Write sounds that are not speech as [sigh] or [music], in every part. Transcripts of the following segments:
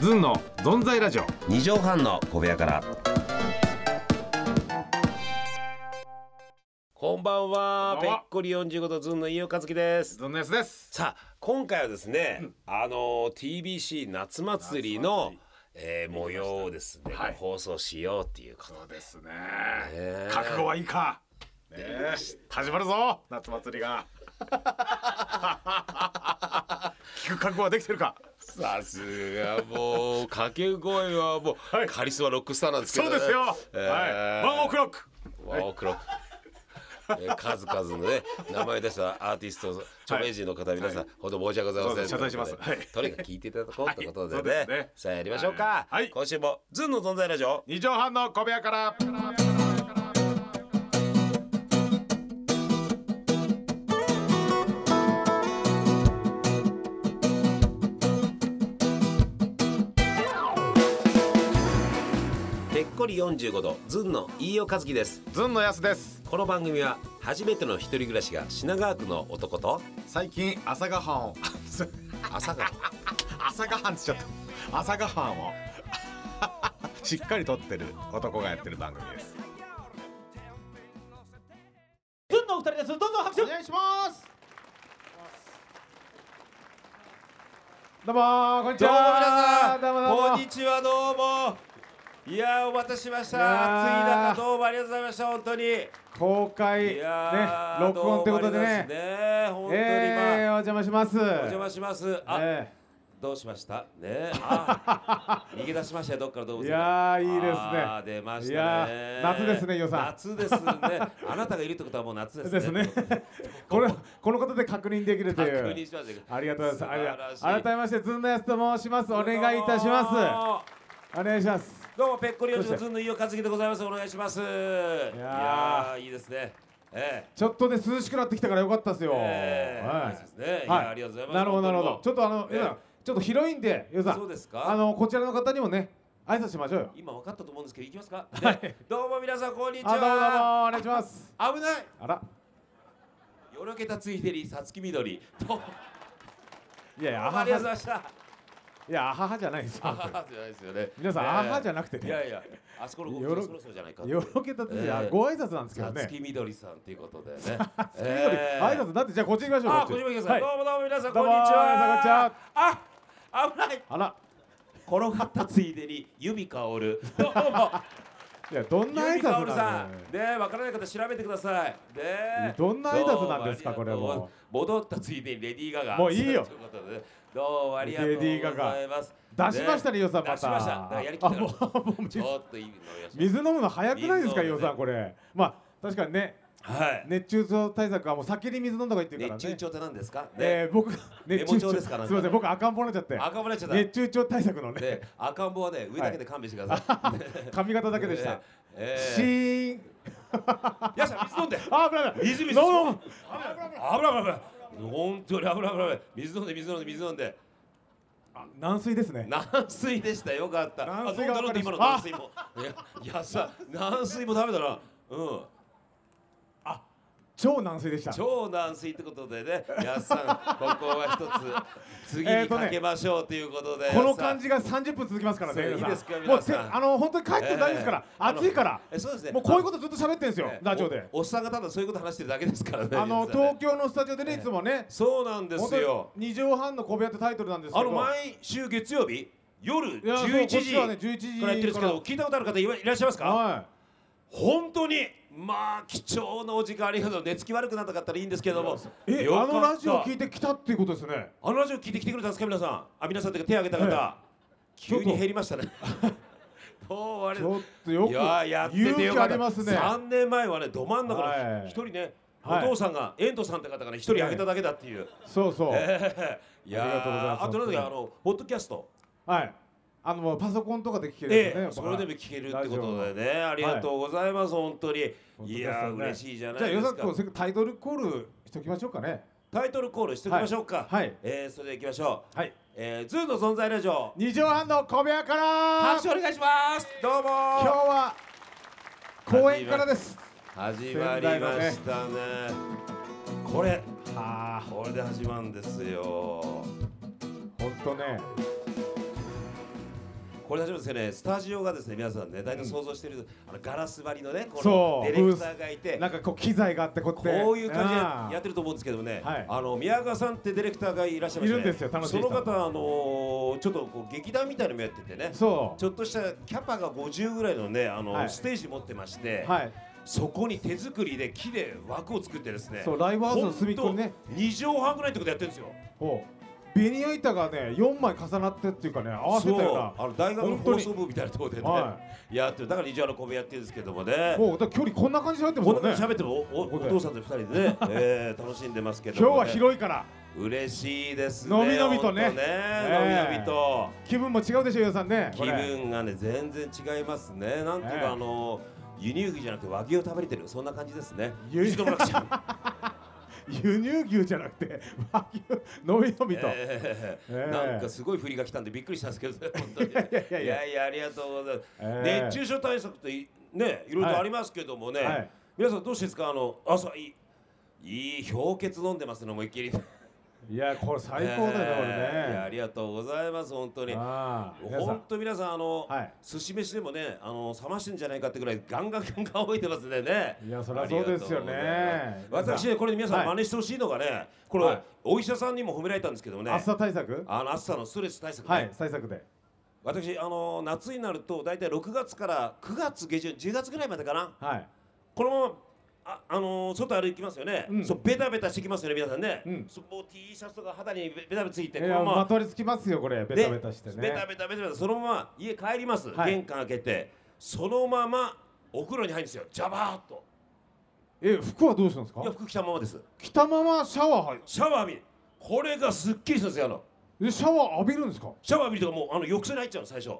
ずんのぞんざいラジオ二畳半の小部屋からこんばんはこんばぺんっはこり45度ずんの飯尾和樹ですずんのやすですさあ今回はですね、あの TBC 夏祭りの夏祭りえー模様をですね、はい放送しようっていうことそうですねえ覚悟はいいかねえ始まるぞ夏祭りが聞く覚悟はできてるかさすがもう掛け声はもう、はいカリスマロックスターなんですけそど、うね、ですよ、えーはいワンオクロックワンオクロックえー数々のね名前を出したアーティスト著名人の方、皆さんほど申し訳ございませんそうです謝罪しますはいとにかく聞いていただこうということでね,、はいそうですねさあやりましょうか、はい今週も「ズンの存在ラジオ二畳半の小部屋からぺっこり45度ズンの飯尾和樹ですずんのやすですこの番組は初めての一人暮らしが品川区の男と最近朝ごはんを朝が [laughs] 朝ごはんっつっちゃった朝ごはん [laughs] をしっかりとってる男がやってる番組ですずんのお二人です。どんどん拍手。願いしますどうもーこんにちどうもはどうもどう皆さん、もこんにちは、どうも。いやー、お待たせしましいやーた。暑い中、どうもありがとうございました、本当に。い公開ねやー、録音ってことでどうもあねりがとうございますね本当に、えー、まあ、お邪魔しますおお邪魔します。あ、えどうしました。 [laughs] ね、あ、逃げ出しましたよ、どっから動物園。いやーいいですねあー出ましたね。いやー夏ですね伊予さん夏ですね。あなたがいるってことは、もう夏でーすでね。すねこれこのことで確認できると [laughs] 確いう認しますよ。ありがとうござい素晴まらしすありが改めましてずんのやすと申しますお願いいたしまます。すお願いしますどうもペッコリ四のずんの飯尾和樹でございます。お願いします。いやーいいですね。えちょっとね涼しくなってきたからよかったですよ、えええはいナイスですね。いはいやありがとうございます。なるほどなるほど。ちょ本っとあの、ええ皆さんちょっと広いんで、よさん。そうですかあのこちらの方にもね、挨拶しましょうよ当。に今分かったと思うんですけど、行きますか。ねどうも皆さんこんにちあ、どうもどうは。もお願いします。危ない。あら、よろけたついでにさつきみどり。どうもいやいや、ああはは、りがとうございいました。や、あははじゃないですよ。あははじゃないですよね。皆さん、ねあはじゃなくていやね、いや、あそこのごよろそろそろじゃないかって。よろけたつじゃええご挨拶なんですけどさつね。きみどりさんということでね。ええ挨拶だってじゃあこっち行きましょう。あ、こっ小ち島家さん、どはいうもどうも皆さどん、こうんもに皆ちさんは。あ、危ない。あら、転がったついでに、弓 [laughs] 薫。どうも。いやどんな挨弓拶なん薫ださろうねん。ね、わからない方、調べてください。ね。どんな挨拶なんですかどうあこりがとうれも戻ったついでに、レディーガガ。もういいよということでねどうもありがとうございます。出しましたね、よさんまた。出しました。だからやりきったあもかうもうら。ちょっといいのよ。水飲むの早くないですか、水飲よむねさんこれ。まあ確かにね、はい。熱中症対策はもう先に水飲んだ方がいいっていうから熱ね。中症って何ですか。ね。えー、僕が熱中メモ症帳ですかなんかすみません僕赤ん坊になっちゃって赤村ちゃんだ。熱中症対策のねで、赤ん坊はね、上だけで勘弁してくださ [laughs] い。髪型だけでした、えー。シえーーンよっしゃ、水飲んで。あ危ない危ない水水どうも危ない危ない危ない本当に危ない危ない危ない水飲んで水飲んで水飲んであ軟水ですね軟水でしたよかった軟水があ飲んだ飲んだ分か今りのま軟し水もいやいやさ軟水もダメだなうん超軟水でした超軟水ってことでねやっさんここは一つ次えーにとねかけましょうということで、この感じが30分続きますからねそう皆さんいいですかもう皆てさんあの本当に帰っても大丈夫ですから、えー暑いからえそうですねもうこういうこととずっと喋ってるんですよラジオでおおっさんがただそういうこと話してるだけですからねあの皆さんね東京のスタジオでねいつもねそうなんですよ2畳半の小部屋ってタイトルなんですけあどの毎週月曜日夜いやそう11こっ時ちはね11時からやってるんですけど聞いたことある方いらいらっしゃいますかは本当にまあ貴重なお時間ありがとう寝つき悪くならなかったらいいんですけどもいえよかあったのラジオ聞いてきたっていうことですねあのラジオ聞いてきてくれたんですか皆さんあ皆さんっていうか手挙げた方ちょっ急とに減りましたねどうあれちょっとよくいややって勇てよ気かあったりますね3年前はねど真ん中はいの一人ねおはい父さんが遠藤さんって方がね一人挙げただけだっていうそうそう、ええいやーありがとうございますあとなんだっけあのポッドキャストはい。あのパソコンとかで聞けるえんえね。それでも聞けるってことでねありがとうございます、本当に本当ですよねいやー嬉しいじゃないじゃあでよさすくんかせっかくタイトルコールしておきましょうかね。タイトルコールしておきましょうかはいはいえーそれでいきましょうはい。えー、ズーの存在ラジオ二畳半の小部屋から。拍手お願いしますどうも今日は公園からです。始まりましたねこれあこれで始まるんですよあ、本当ね。これ大丈夫ですよねスタジオがですね皆さんね大体想像してる、あのガラス張りのねこそうのディレクターがいてなんかこう機材があってこうやってこういう感じであーやってると思うんですけどもね、はいあの宮川さんってディレクターがいらっしゃいまして、ね、いるんですよ楽しいそ人の方あのーちょっとこう劇団みたいなのもやっててねそちょっとしたキャパが50ぐらいのねあの、はいステージ持ってまして、うはいそこに手作りで木で枠を作ってですねそうライブハウスの隅っこにねほんと2畳半ぐらいってことやってるんですよほうベニヤ板がね4枚重なってっていうかね合わせたようなそうあの大学の本当放に送部みたいなところでね、はやってるだから二畳半の小部屋やってるんですけどもねもうだから距離こんな感じで入ってまこんなすもんねに喋ってもおおここおで父さんと二人で [laughs] ね、えー楽しんでますけど今日も、ね、は広いから嬉しいですねのびのびとねほんねえのびのびと気分も違うでしょゆうさんね気これ分がね全然違いますねなんていうええかあの輸入牛じゃなくて和牛を食べれてるそんな感じですね輸入一度もなくちゃう輸入牛じゃなくて和牛のびのびと、ええええ [laughs] なんかすごい振りが来たんでびっくりしたんです [laughs] けどね本当にいいやいやいややいやありがとうございます、ええ熱中症対策っていねいろいろありますけどもね、はい皆さんどうしてですかあの朝いいいい氷結飲んでますね思いっきりいやこれ最高だよこれね、え [laughs] えいやありがとうございます本当にああ皆さ本ん当皆さんあの、はい寿司飯でもねあの冷ましてんじゃないかってぐらいガンガンガンガン置いてますんでねいやそりゃそうですよねありがとうございます私ねこれ皆さはんい真似してほしいのがね、これ、はいお医者さんにも褒められたんですけどもね暑さ対策あの暑さのストレス対策ね、はい対策で私あの夏になると大体6月から9月下旬10月ぐらいまでかなはいこのままああの外歩きますよね、うんそうベタベタしてきますよね皆さんね、うんそうもう T シャツとか肌にベベタベタついていこのやまままとわりつきますよこれベでタベタしてねベタベタベタベタそのまま家帰ります、はい玄関開けてそのままお風呂に入るんですよジャバーっとえ服はどうしたんですいやか服着たままです着たままシャワー入るシャワー浴びるこれがすっきりするんですよあのえシャワー浴びるんですかシャワー浴びるとかもうあの浴槽に入っちゃうの最初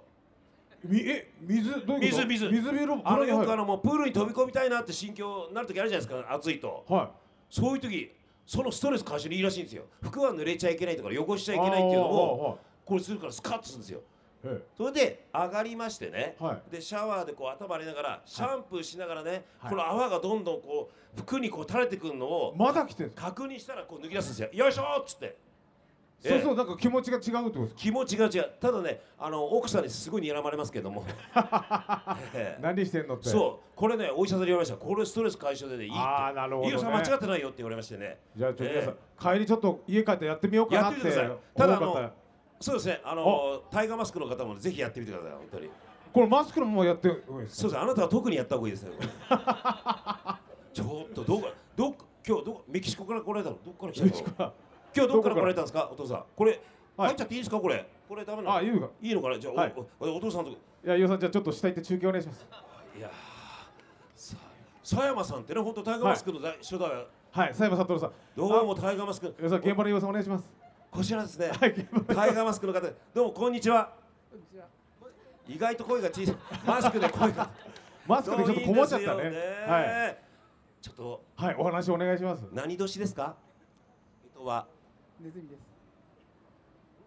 みえ水どういうこと水水水風呂あのよくあはのもうプールに飛び込みたいなって心境になる時あるじゃないですか暑いとい、はそういう時そのストレス解消にいいらしいんですよ服は濡れちゃいけないとか汚しちい、ゃいけないっていうのををこれするからスカッとするんですよはいそれで上がりましてね、はでシャワーでこう頭洗いながらシャンプーしながらね、はいこの泡がどんどんこう服にこう垂れてくるのをまだ着てるんで確認したらこう抜き出すんですよよいしょーっつってすか、ええそうそうなんか気持ちが違うってことですか気持ちが違うただねあの奥さんにすごい睨まれますけ [laughs] ども、ええ何してんのってそうこれねお医者さんに言われましたこれストレス解消でねいいってあーなるほどね飯尾さん間違ってないよって言われましてねじゃあちょっと皆さんえ、帰りちょっと家帰ってやってみようかなってやってみてくださいたただだあのそうですねあのタイガーマスクの方もぜひやってみてください本当にこれマスクのもやってるんですかそうですあなたは特にやった方がいい [laughs] ですね。これちょっとどこどこ今日どこメキシコから来られたのどこから来たの？あ今日どどここからから来られたんですかお父さん。これ、はい入っちゃっていいですかこれ？これダメなの？あいいのかいいのかなじゃあ、おはいおお父さんといや伊予さんじゃあちょっと下行って中継お願いしますいやーさ佐山さんってね本当タイガーマスクの大初代ははい佐山悟さんどうもタイガーマスク伊予さん現場の伊予さんお願いします [laughs] こちらですね。はい現場のタイガーマスクの方どうもこんにちは。意外と声が小さい。マスクで声が。マスクでちょっとこもっちゃったそういねいですよはちょっと。いはいお話お願いします何年ですか人はネズミです。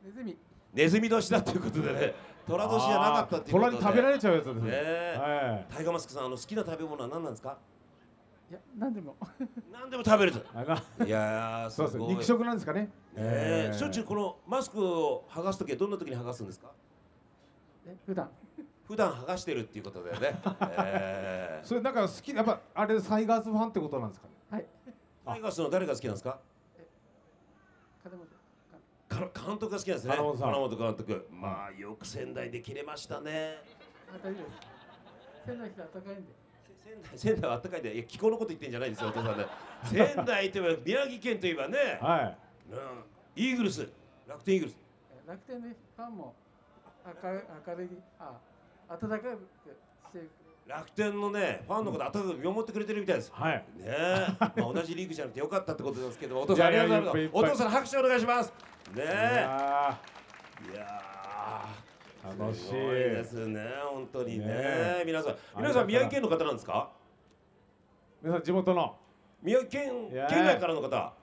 ネズミ。ネズミ年だということでね虎年じゃなかったっていう虎ことでに食べられちゃうやつですねえはいタイガーマスクさんあの好きな食べ物は何なんですかいや、なんでも。 [laughs] 何でも食べるとあないやーすそうごいです肉食なんですかねねえしょっちゅううこのマスクを剥がす時はどんな時に剥がすんですかえ普段。普段剥がしてるっていうことだ [laughs] よね、ええそれなんか好きやっぱあれサイガースファンってことなんですかねはい。タイガースの誰が好きなんですか金本。かか監督が好きなんですね金本さん監督まあよく仙台で切れましたね当たりです。仙台来たら高いんで。仙台仙台はあったかいんでいや気候のこと言ってんじゃないんですよお父さんね仙台といえば宮城県といえばね、はいうんイーグルス楽天イーグルスえ楽天のファンも明るい明るいあ暖かくして楽天のねファンのこと温かく見守ってくれてるみたいですはいねえ、まあ、同じリーグじゃなくてよかったってことですけどお父さんあいりやがというやいっぱいいございますっおぱい父さん拍手お願いしますねいえやいやーー楽しすいごいですね本当にねねえ皆さんありがたい皆さん宮城県の方なんですか皆さん地元の宮城県いやー県外からの方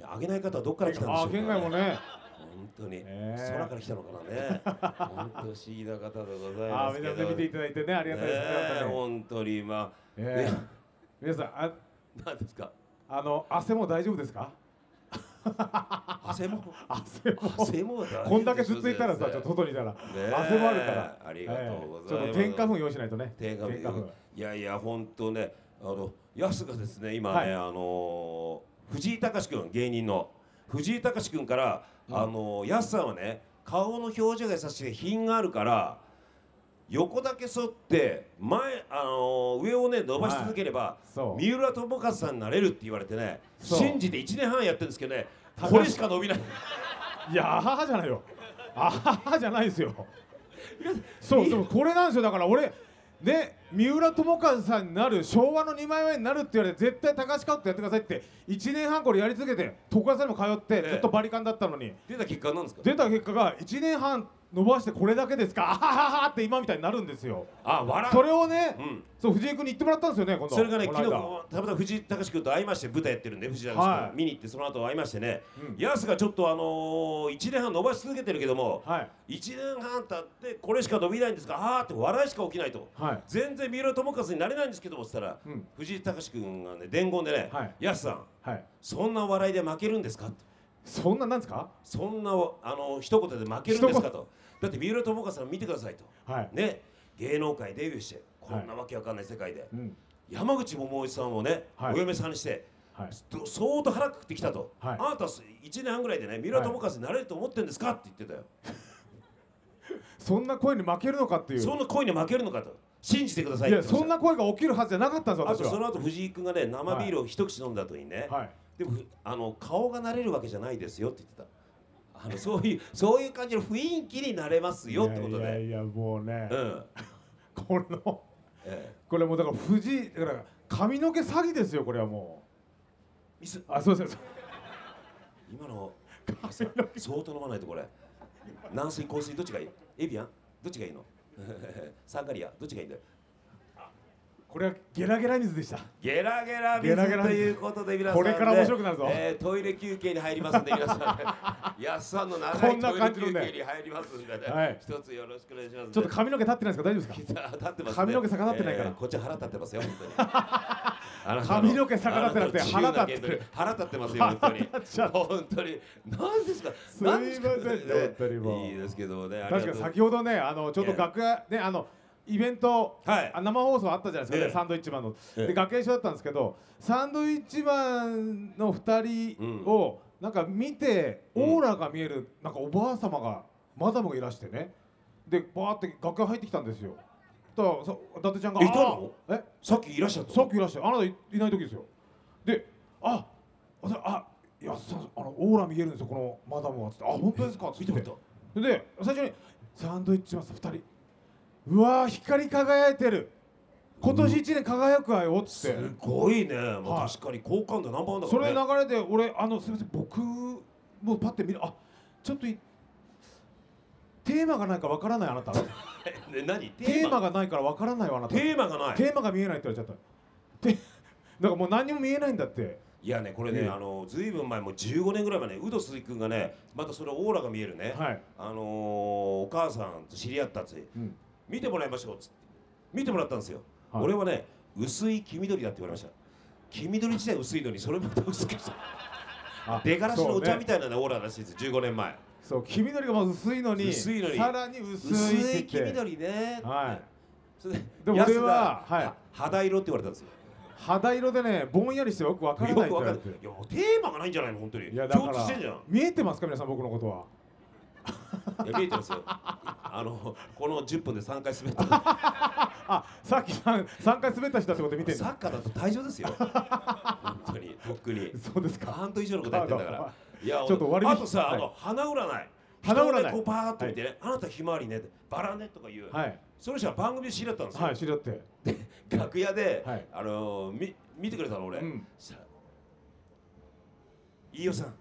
あげない方はどっから来たんでしょうあか、県外もね本当に、ええ空から来たのかなね本当不思議な方でございあまーすけ皆どさん見ていただいてねありがたいですねねえ本本当にま当にえねえ皆さんああ何ですか [laughs] あの汗も大丈夫ですか汗も汗も汗もだこんだけずっといたらさちょっと外にいたら汗もあるからありがとうごええちざいます、ょっと添加粉用意しないとね定額添加粉いやいや本当ねあのヤスがですね今ね、はいあのー藤井隆君芸人の藤井隆君から、あのーヤスさんはね顔の表情が優しくて品があるから横だけ反って前あのー上をね伸ばし続ければ、そう三浦友和さんになれるって言われてねそう信じて1年半やってるんですけどね高橋これしか伸びないいやあははじゃないよあははじゃないですよそうでもこれなんですよだから俺ね三浦友和さんになる昭和の2枚目になるって言われて絶対高橋カットやってくださいって1年半これやり続けて徳川さんにも通ってええずっとバリカンだったのに出た結果なんですか出た結果が1年半伸ばしてこれだけですかあはははって今みたいになるんですよあ笑うそれをね、うんそう藤井君に言ってもらったんですよね今度それがねこの昨日間たまたま藤井隆君と会いまして舞台やってるんで藤井隆君、はい見に行ってその後会いましてね、うんヤスがちょっとあのー、1年半伸ばし続けてるけども、はい一1年半経ってこれしか伸びないんですかあーって笑いしか起きないと、はい全然三浦友和になれないんですけどもっつったら、うん藤井隆君がね伝言でねはいヤス、さんはいそんな笑いで負けるんですか?」ってそんななんですか「そんなあの一言で負けるんですか?」と「だって三浦友和さん見てください」とはい、ね芸能界デビューしてこんなわけわかんない世界で。うん山口百恵さんをね、はいお嫁さんにしてはい、ど相当腹くくってきたと、はいあなた1年半ぐらいでね三浦友和になれると思ってんですかって言ってたよ、そんな声に負けるのかっていうそんな恋に負けるのかと信じてくださいいってや言ってまそしんたな声が起きるはずじゃなかったんですあ私とそはの後藤井君がね生ビールを一口飲んだ後にね、はいでもふあの顔がなれるわけじゃないですよって言ってたあのそういうそういう感じの雰囲気になれますよってこいとやで、いやいやもうね、うんこのええこれもうだから藤井だから髪の毛詐欺ですよこれはもミスうあそうですそうです今のさ相当飲まないとこれ軟水硬水どっちがいいエビアンどっちがいいの [laughs] サンガリアどっちがいいんだよこれはゲラゲラ水でしたゲラゲラゲ水ラゲラと水いうことで皆さん、これから面白くなるぞえートイレ休憩に入りますん [laughs] で皆さん、ね、やっさんの長こいんなトイレ感じ休のね憩に入りますんでね、はい一つよろしくお願いします、ね、ちょっと髪の毛立ってないですか大丈夫ですか立ってますね髪の毛逆立ってないからこっちは腹立ってますよ本当 [laughs] にあなた髪の毛逆立ってなくてあたの腹立ってる腹立ってますよ本当に立っちゃう本当に何ですかすいません何ですかね本当にもういいですけどもねありがと確うか先ほどねあのちょっとええ楽屋ねあのイベント、はいあ生放送あったじゃないですか、ねええサンドイッチマンの、ええで楽屋一緒だったんですけどサンドイッチマンの2人を、なんか見てうんオーラが見える、なんかおばあ様がマダムがいらしてねでバーって楽屋入ってきたんですよとさ伊達ちゃんがいたのあーえさっきいらっしゃったさっきいらっしゃるあなたいいない時ですよであああいやさあのオーラ見えるんですよこのマダムはつってあ本当ですかつっ見ててみたで最初にサンドイッチマンさん2人うわー光り輝いてる今年1年輝くわよっつって、すごいね、まはあ、い確かに好感度ナンバーワンだかそれらね流れで俺あのすみません僕もうパッて見るあちょっといテーマがないかわからないあなたね何テーマががないからわからないわあなたテーマがないテーマが見えないって言われちゃった [laughs] てだからもう何にも見えないんだっていやねこれね、ええあのずいぶん前もう15年ぐらい前ねウド鈴木君がねまたそれオーラが見えるね、はいあのーお母さんと知り合ったっつってうん見てもらいましょうっつって見てもらったんですよ、はい俺はね薄い黄緑だって言われました黄緑自体薄いのにそれまた薄くした [laughs] あ出がらしのおそ茶うねみたいなねオーラらしいです15年前そう黄緑がまず薄いのに薄いのにさらに薄薄いいって黄言って緑ねはいそれででもヤス俺はがはい肌色って言われたんですよ肌色でねぼんやりしてよくわからないって言よくわわかれんてないいやもうテーマがないんじゃないの本当にいやだか共通してんじゃら見えてますか皆さん僕のことはんいや見えてますよあのこの10分で3回滑ったあさっきさん3回滑った人だってことで見てるサッカーだと退場で [laughs] すよ本当にとっくにそうですか半ン以上のことやってんだかあ [laughs] ららいやちょっと終わりにあとさ、はいあの花占い花占い人をねこうパーッと見てね、あなたひまわりねってバラねとかいう、はいその人は番組で知り合ったんですよ、はい知り合って楽屋で、はいあのー、み見てくれたの俺、うんそしたら飯尾さん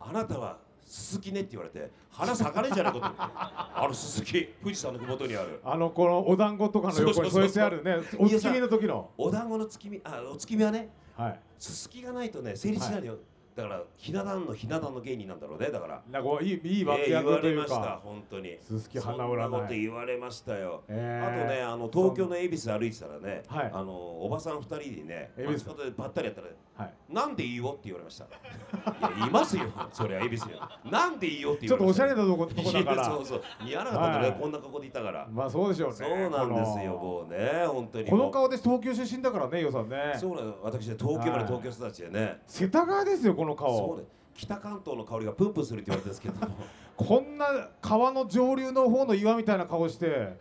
あなたは鈴木ねって言われて花咲かねえじゃない [laughs] ことあの鈴木富士山のふもとにあるあのこのお団子とかのそ横うそうにそう添えてあるねお月見の時のお団子の月見あお月見はねはいすすきがないとね成立しないのよ、だだからひな壇のひな壇の芸人なんだろうねだからなんかこういいいいえ脇え言役わとれいまうしたか、本当に鈴木花そん占ないこと言われましたよ、ええあとねあの東京の恵比寿歩いてたらね、はいあのおばさん二人にね恵比寿街角でばったりやったらはい、なんでいいよって言われました。いや、いますよ。それは恵比寿よ。なんでいいよってちょっ言われとまおししたゃれなとことね。こだからそうそう。似合わなかったんだね、はいこんな格好でいたから。まあそうでしょうねそうなんですよ、こもうね、本当のに。この。顔で東京出身だからね予算ねそうなの、私は東京生まれ東京育ちでね。世田谷ですよこの顔そうね。北関東の香りがプンプンするって言われてるんですけど。こんな川の上流の方の岩みたいな顔して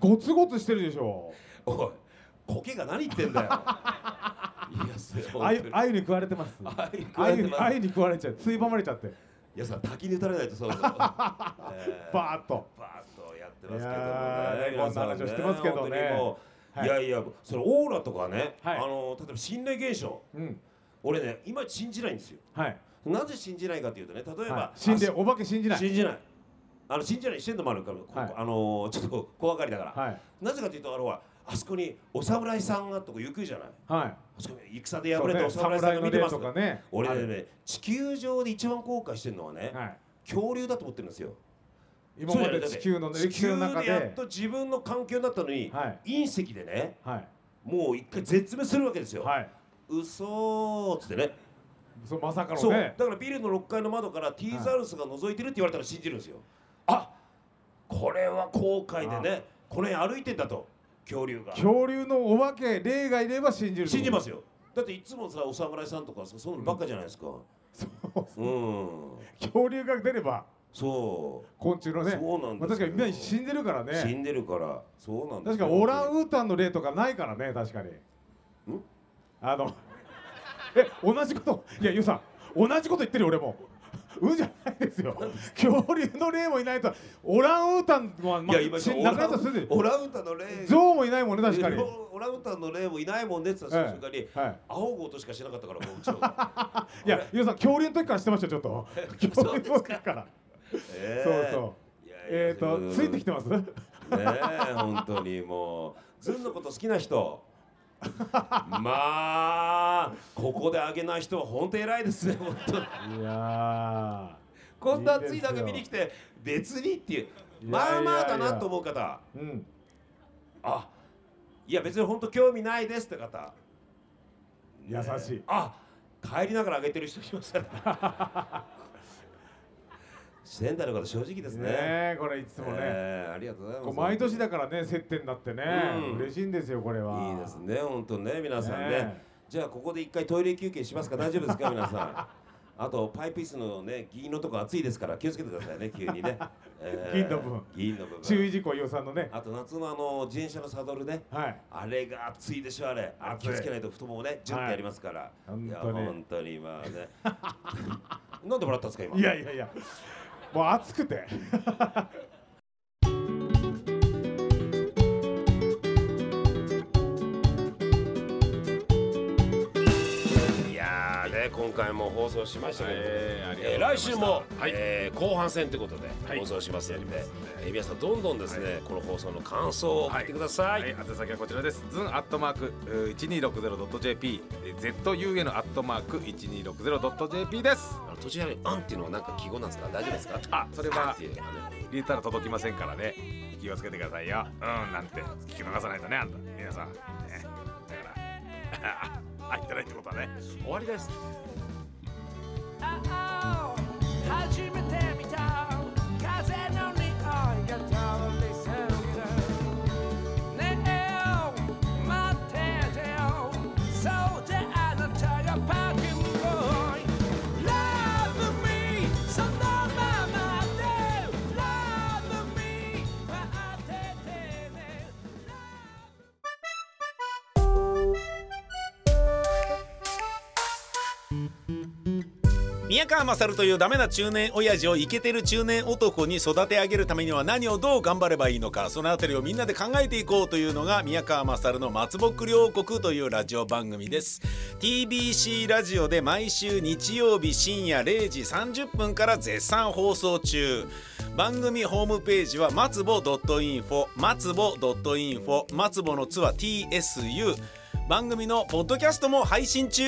ゴツゴツしてるでしょ [laughs] おい、苔が何言ってんだよ。 [laughs] いや、すごあゆい。あゆに食われてますあゆに食わあれゆてにますあゆに食われちゃうついばまれちゃっていやさ、滝に打たれないと、 [laughs] そうそう。バーッバとバーッとやってますけどいやーねね皆さんね。こんな話をしてますけどね本当にもうはいいやいや、それオーラとかね、はいあの例えば心霊現象、うん俺ね、今信じないんですよ。はいなぜ信じないかというとね、例えば、はい信じお化け信じなあい信じない。あの信じないしてんのもあるから、こはいあのちょっと怖がりだから。はいなぜかというとあれはあそこにお侍さんがとか行くじゃない。はいあそこに戦でそ敗うれねたお侍さんが見てます侍の霊とかね俺あねるね、地球上で一番後悔してるのはね、はい恐竜だと思ってるんですよ。今まで地球のそうだよ歴史の中地球でやっでと自分の環境になったのに、はい隕石でねはいもう一回絶滅するわけですよ、はい嘘ーっつってねそうまさかそのうねだからビルの6階の窓からティーザウルスが覗いてるって言われたら信じるんですよ、あこれは後悔でねこの辺歩いてんだと恐竜が恐竜のお化け霊がいれば信じる信じますすよだっていつもさお侍さんとかさそういうのばっかじゃないですかうん恐竜が出ればそ昆虫のう、ねそうなんまあ、で確すかよにみんな死んでるから死ねんでるからそうなんです確よかオランウータンの例とかないからね確かにあのえ同じこといやゆうさん同じこと言ってるよ俺もうんじゃないですよ恐竜の例もいないとオランウータンは、まいあ、や今死ん亡くなったらすでにオランウータンの霊ゾウもいないもんね確かに、 [laughs] オランウータンの霊もいないもんねって言ったらその瞬間にはい、青子としかしなかったからもううちの方いやゆうさん恐竜の時からしてましたよちょっと [laughs] 恐竜の時から、 [laughs] そえうそうういやいやえっ、ー、とついてきてますねねえ本当にもうずんのこと好きな [laughs] 人まあここであげない人は本当偉いですね本当にいやこんな熱い中見に来て別にっていういやいやいやまあまあだなと思う方ーうんあいや別に本当興味ないですって方優しいあ帰りながら上げてる人いましたね [laughs] 仙台の方正直ですねねえこれいつもね、えーありがとうございまこうす毎年だからね接点だってね、うん嬉しいんですよこれはいいですね本当ね皆さんねねえじゃあここで一回トイレ休憩しますか大丈夫ですか皆さん [laughs] あとパイプ椅子のね銀のとこ暑いですから気をつけてくださいね急にね、えー [laughs] 銀の部分銀の部分注意事項予算のねあと夏のあの自転車のサドルねはいあれが熱いでしょあれあれ熱い気をつけないと太ももねジュッてやりますから、はいいや本当に本当にまあね [laughs] なんでもらったんですか今いやいやいやもう暑くていやーね今回も放送しましたけど、えーありがとえーうございま来した週も、はいえー後半戦ということではい放送しますのやで、りますんでえー皆さんどんどんですね、この放送の感想を送ってください、はい、宛先はこちらです。ズンアットマーク一二六ゼロドット JP、Z U N アットマーク一二六ゼロドット JP です。あの途中で「あん」っていうのはなんか記号なんですか大丈夫ですかあ、それはっていうあの入れたら届きませんからね。気をつけてくださいよ。うん、なんて聞き逃さないとね、あんた皆さん。ね、だから、 [laughs] 入ってないってことはね。終わりですああ初めて見た風の匂いが通り過ぎるねえ待っててよそうであなたがパーキングボーイ Love me そのままで Love me 待っててね宮川勝というダメな中年親父をイケてる中年男に育て上げるためには何をどう頑張ればいいのかそのあたりをみんなで考えていこうというのが宮川勝の「松ぼっくり王国」というラジオ番組です TBC ラジオで毎週日曜日深夜0時30分から絶賛放送中番組ホームページは松ぼ .info 松ぼ .info 松ぼの「つ」は TSU 番組のポッドキャストも配信中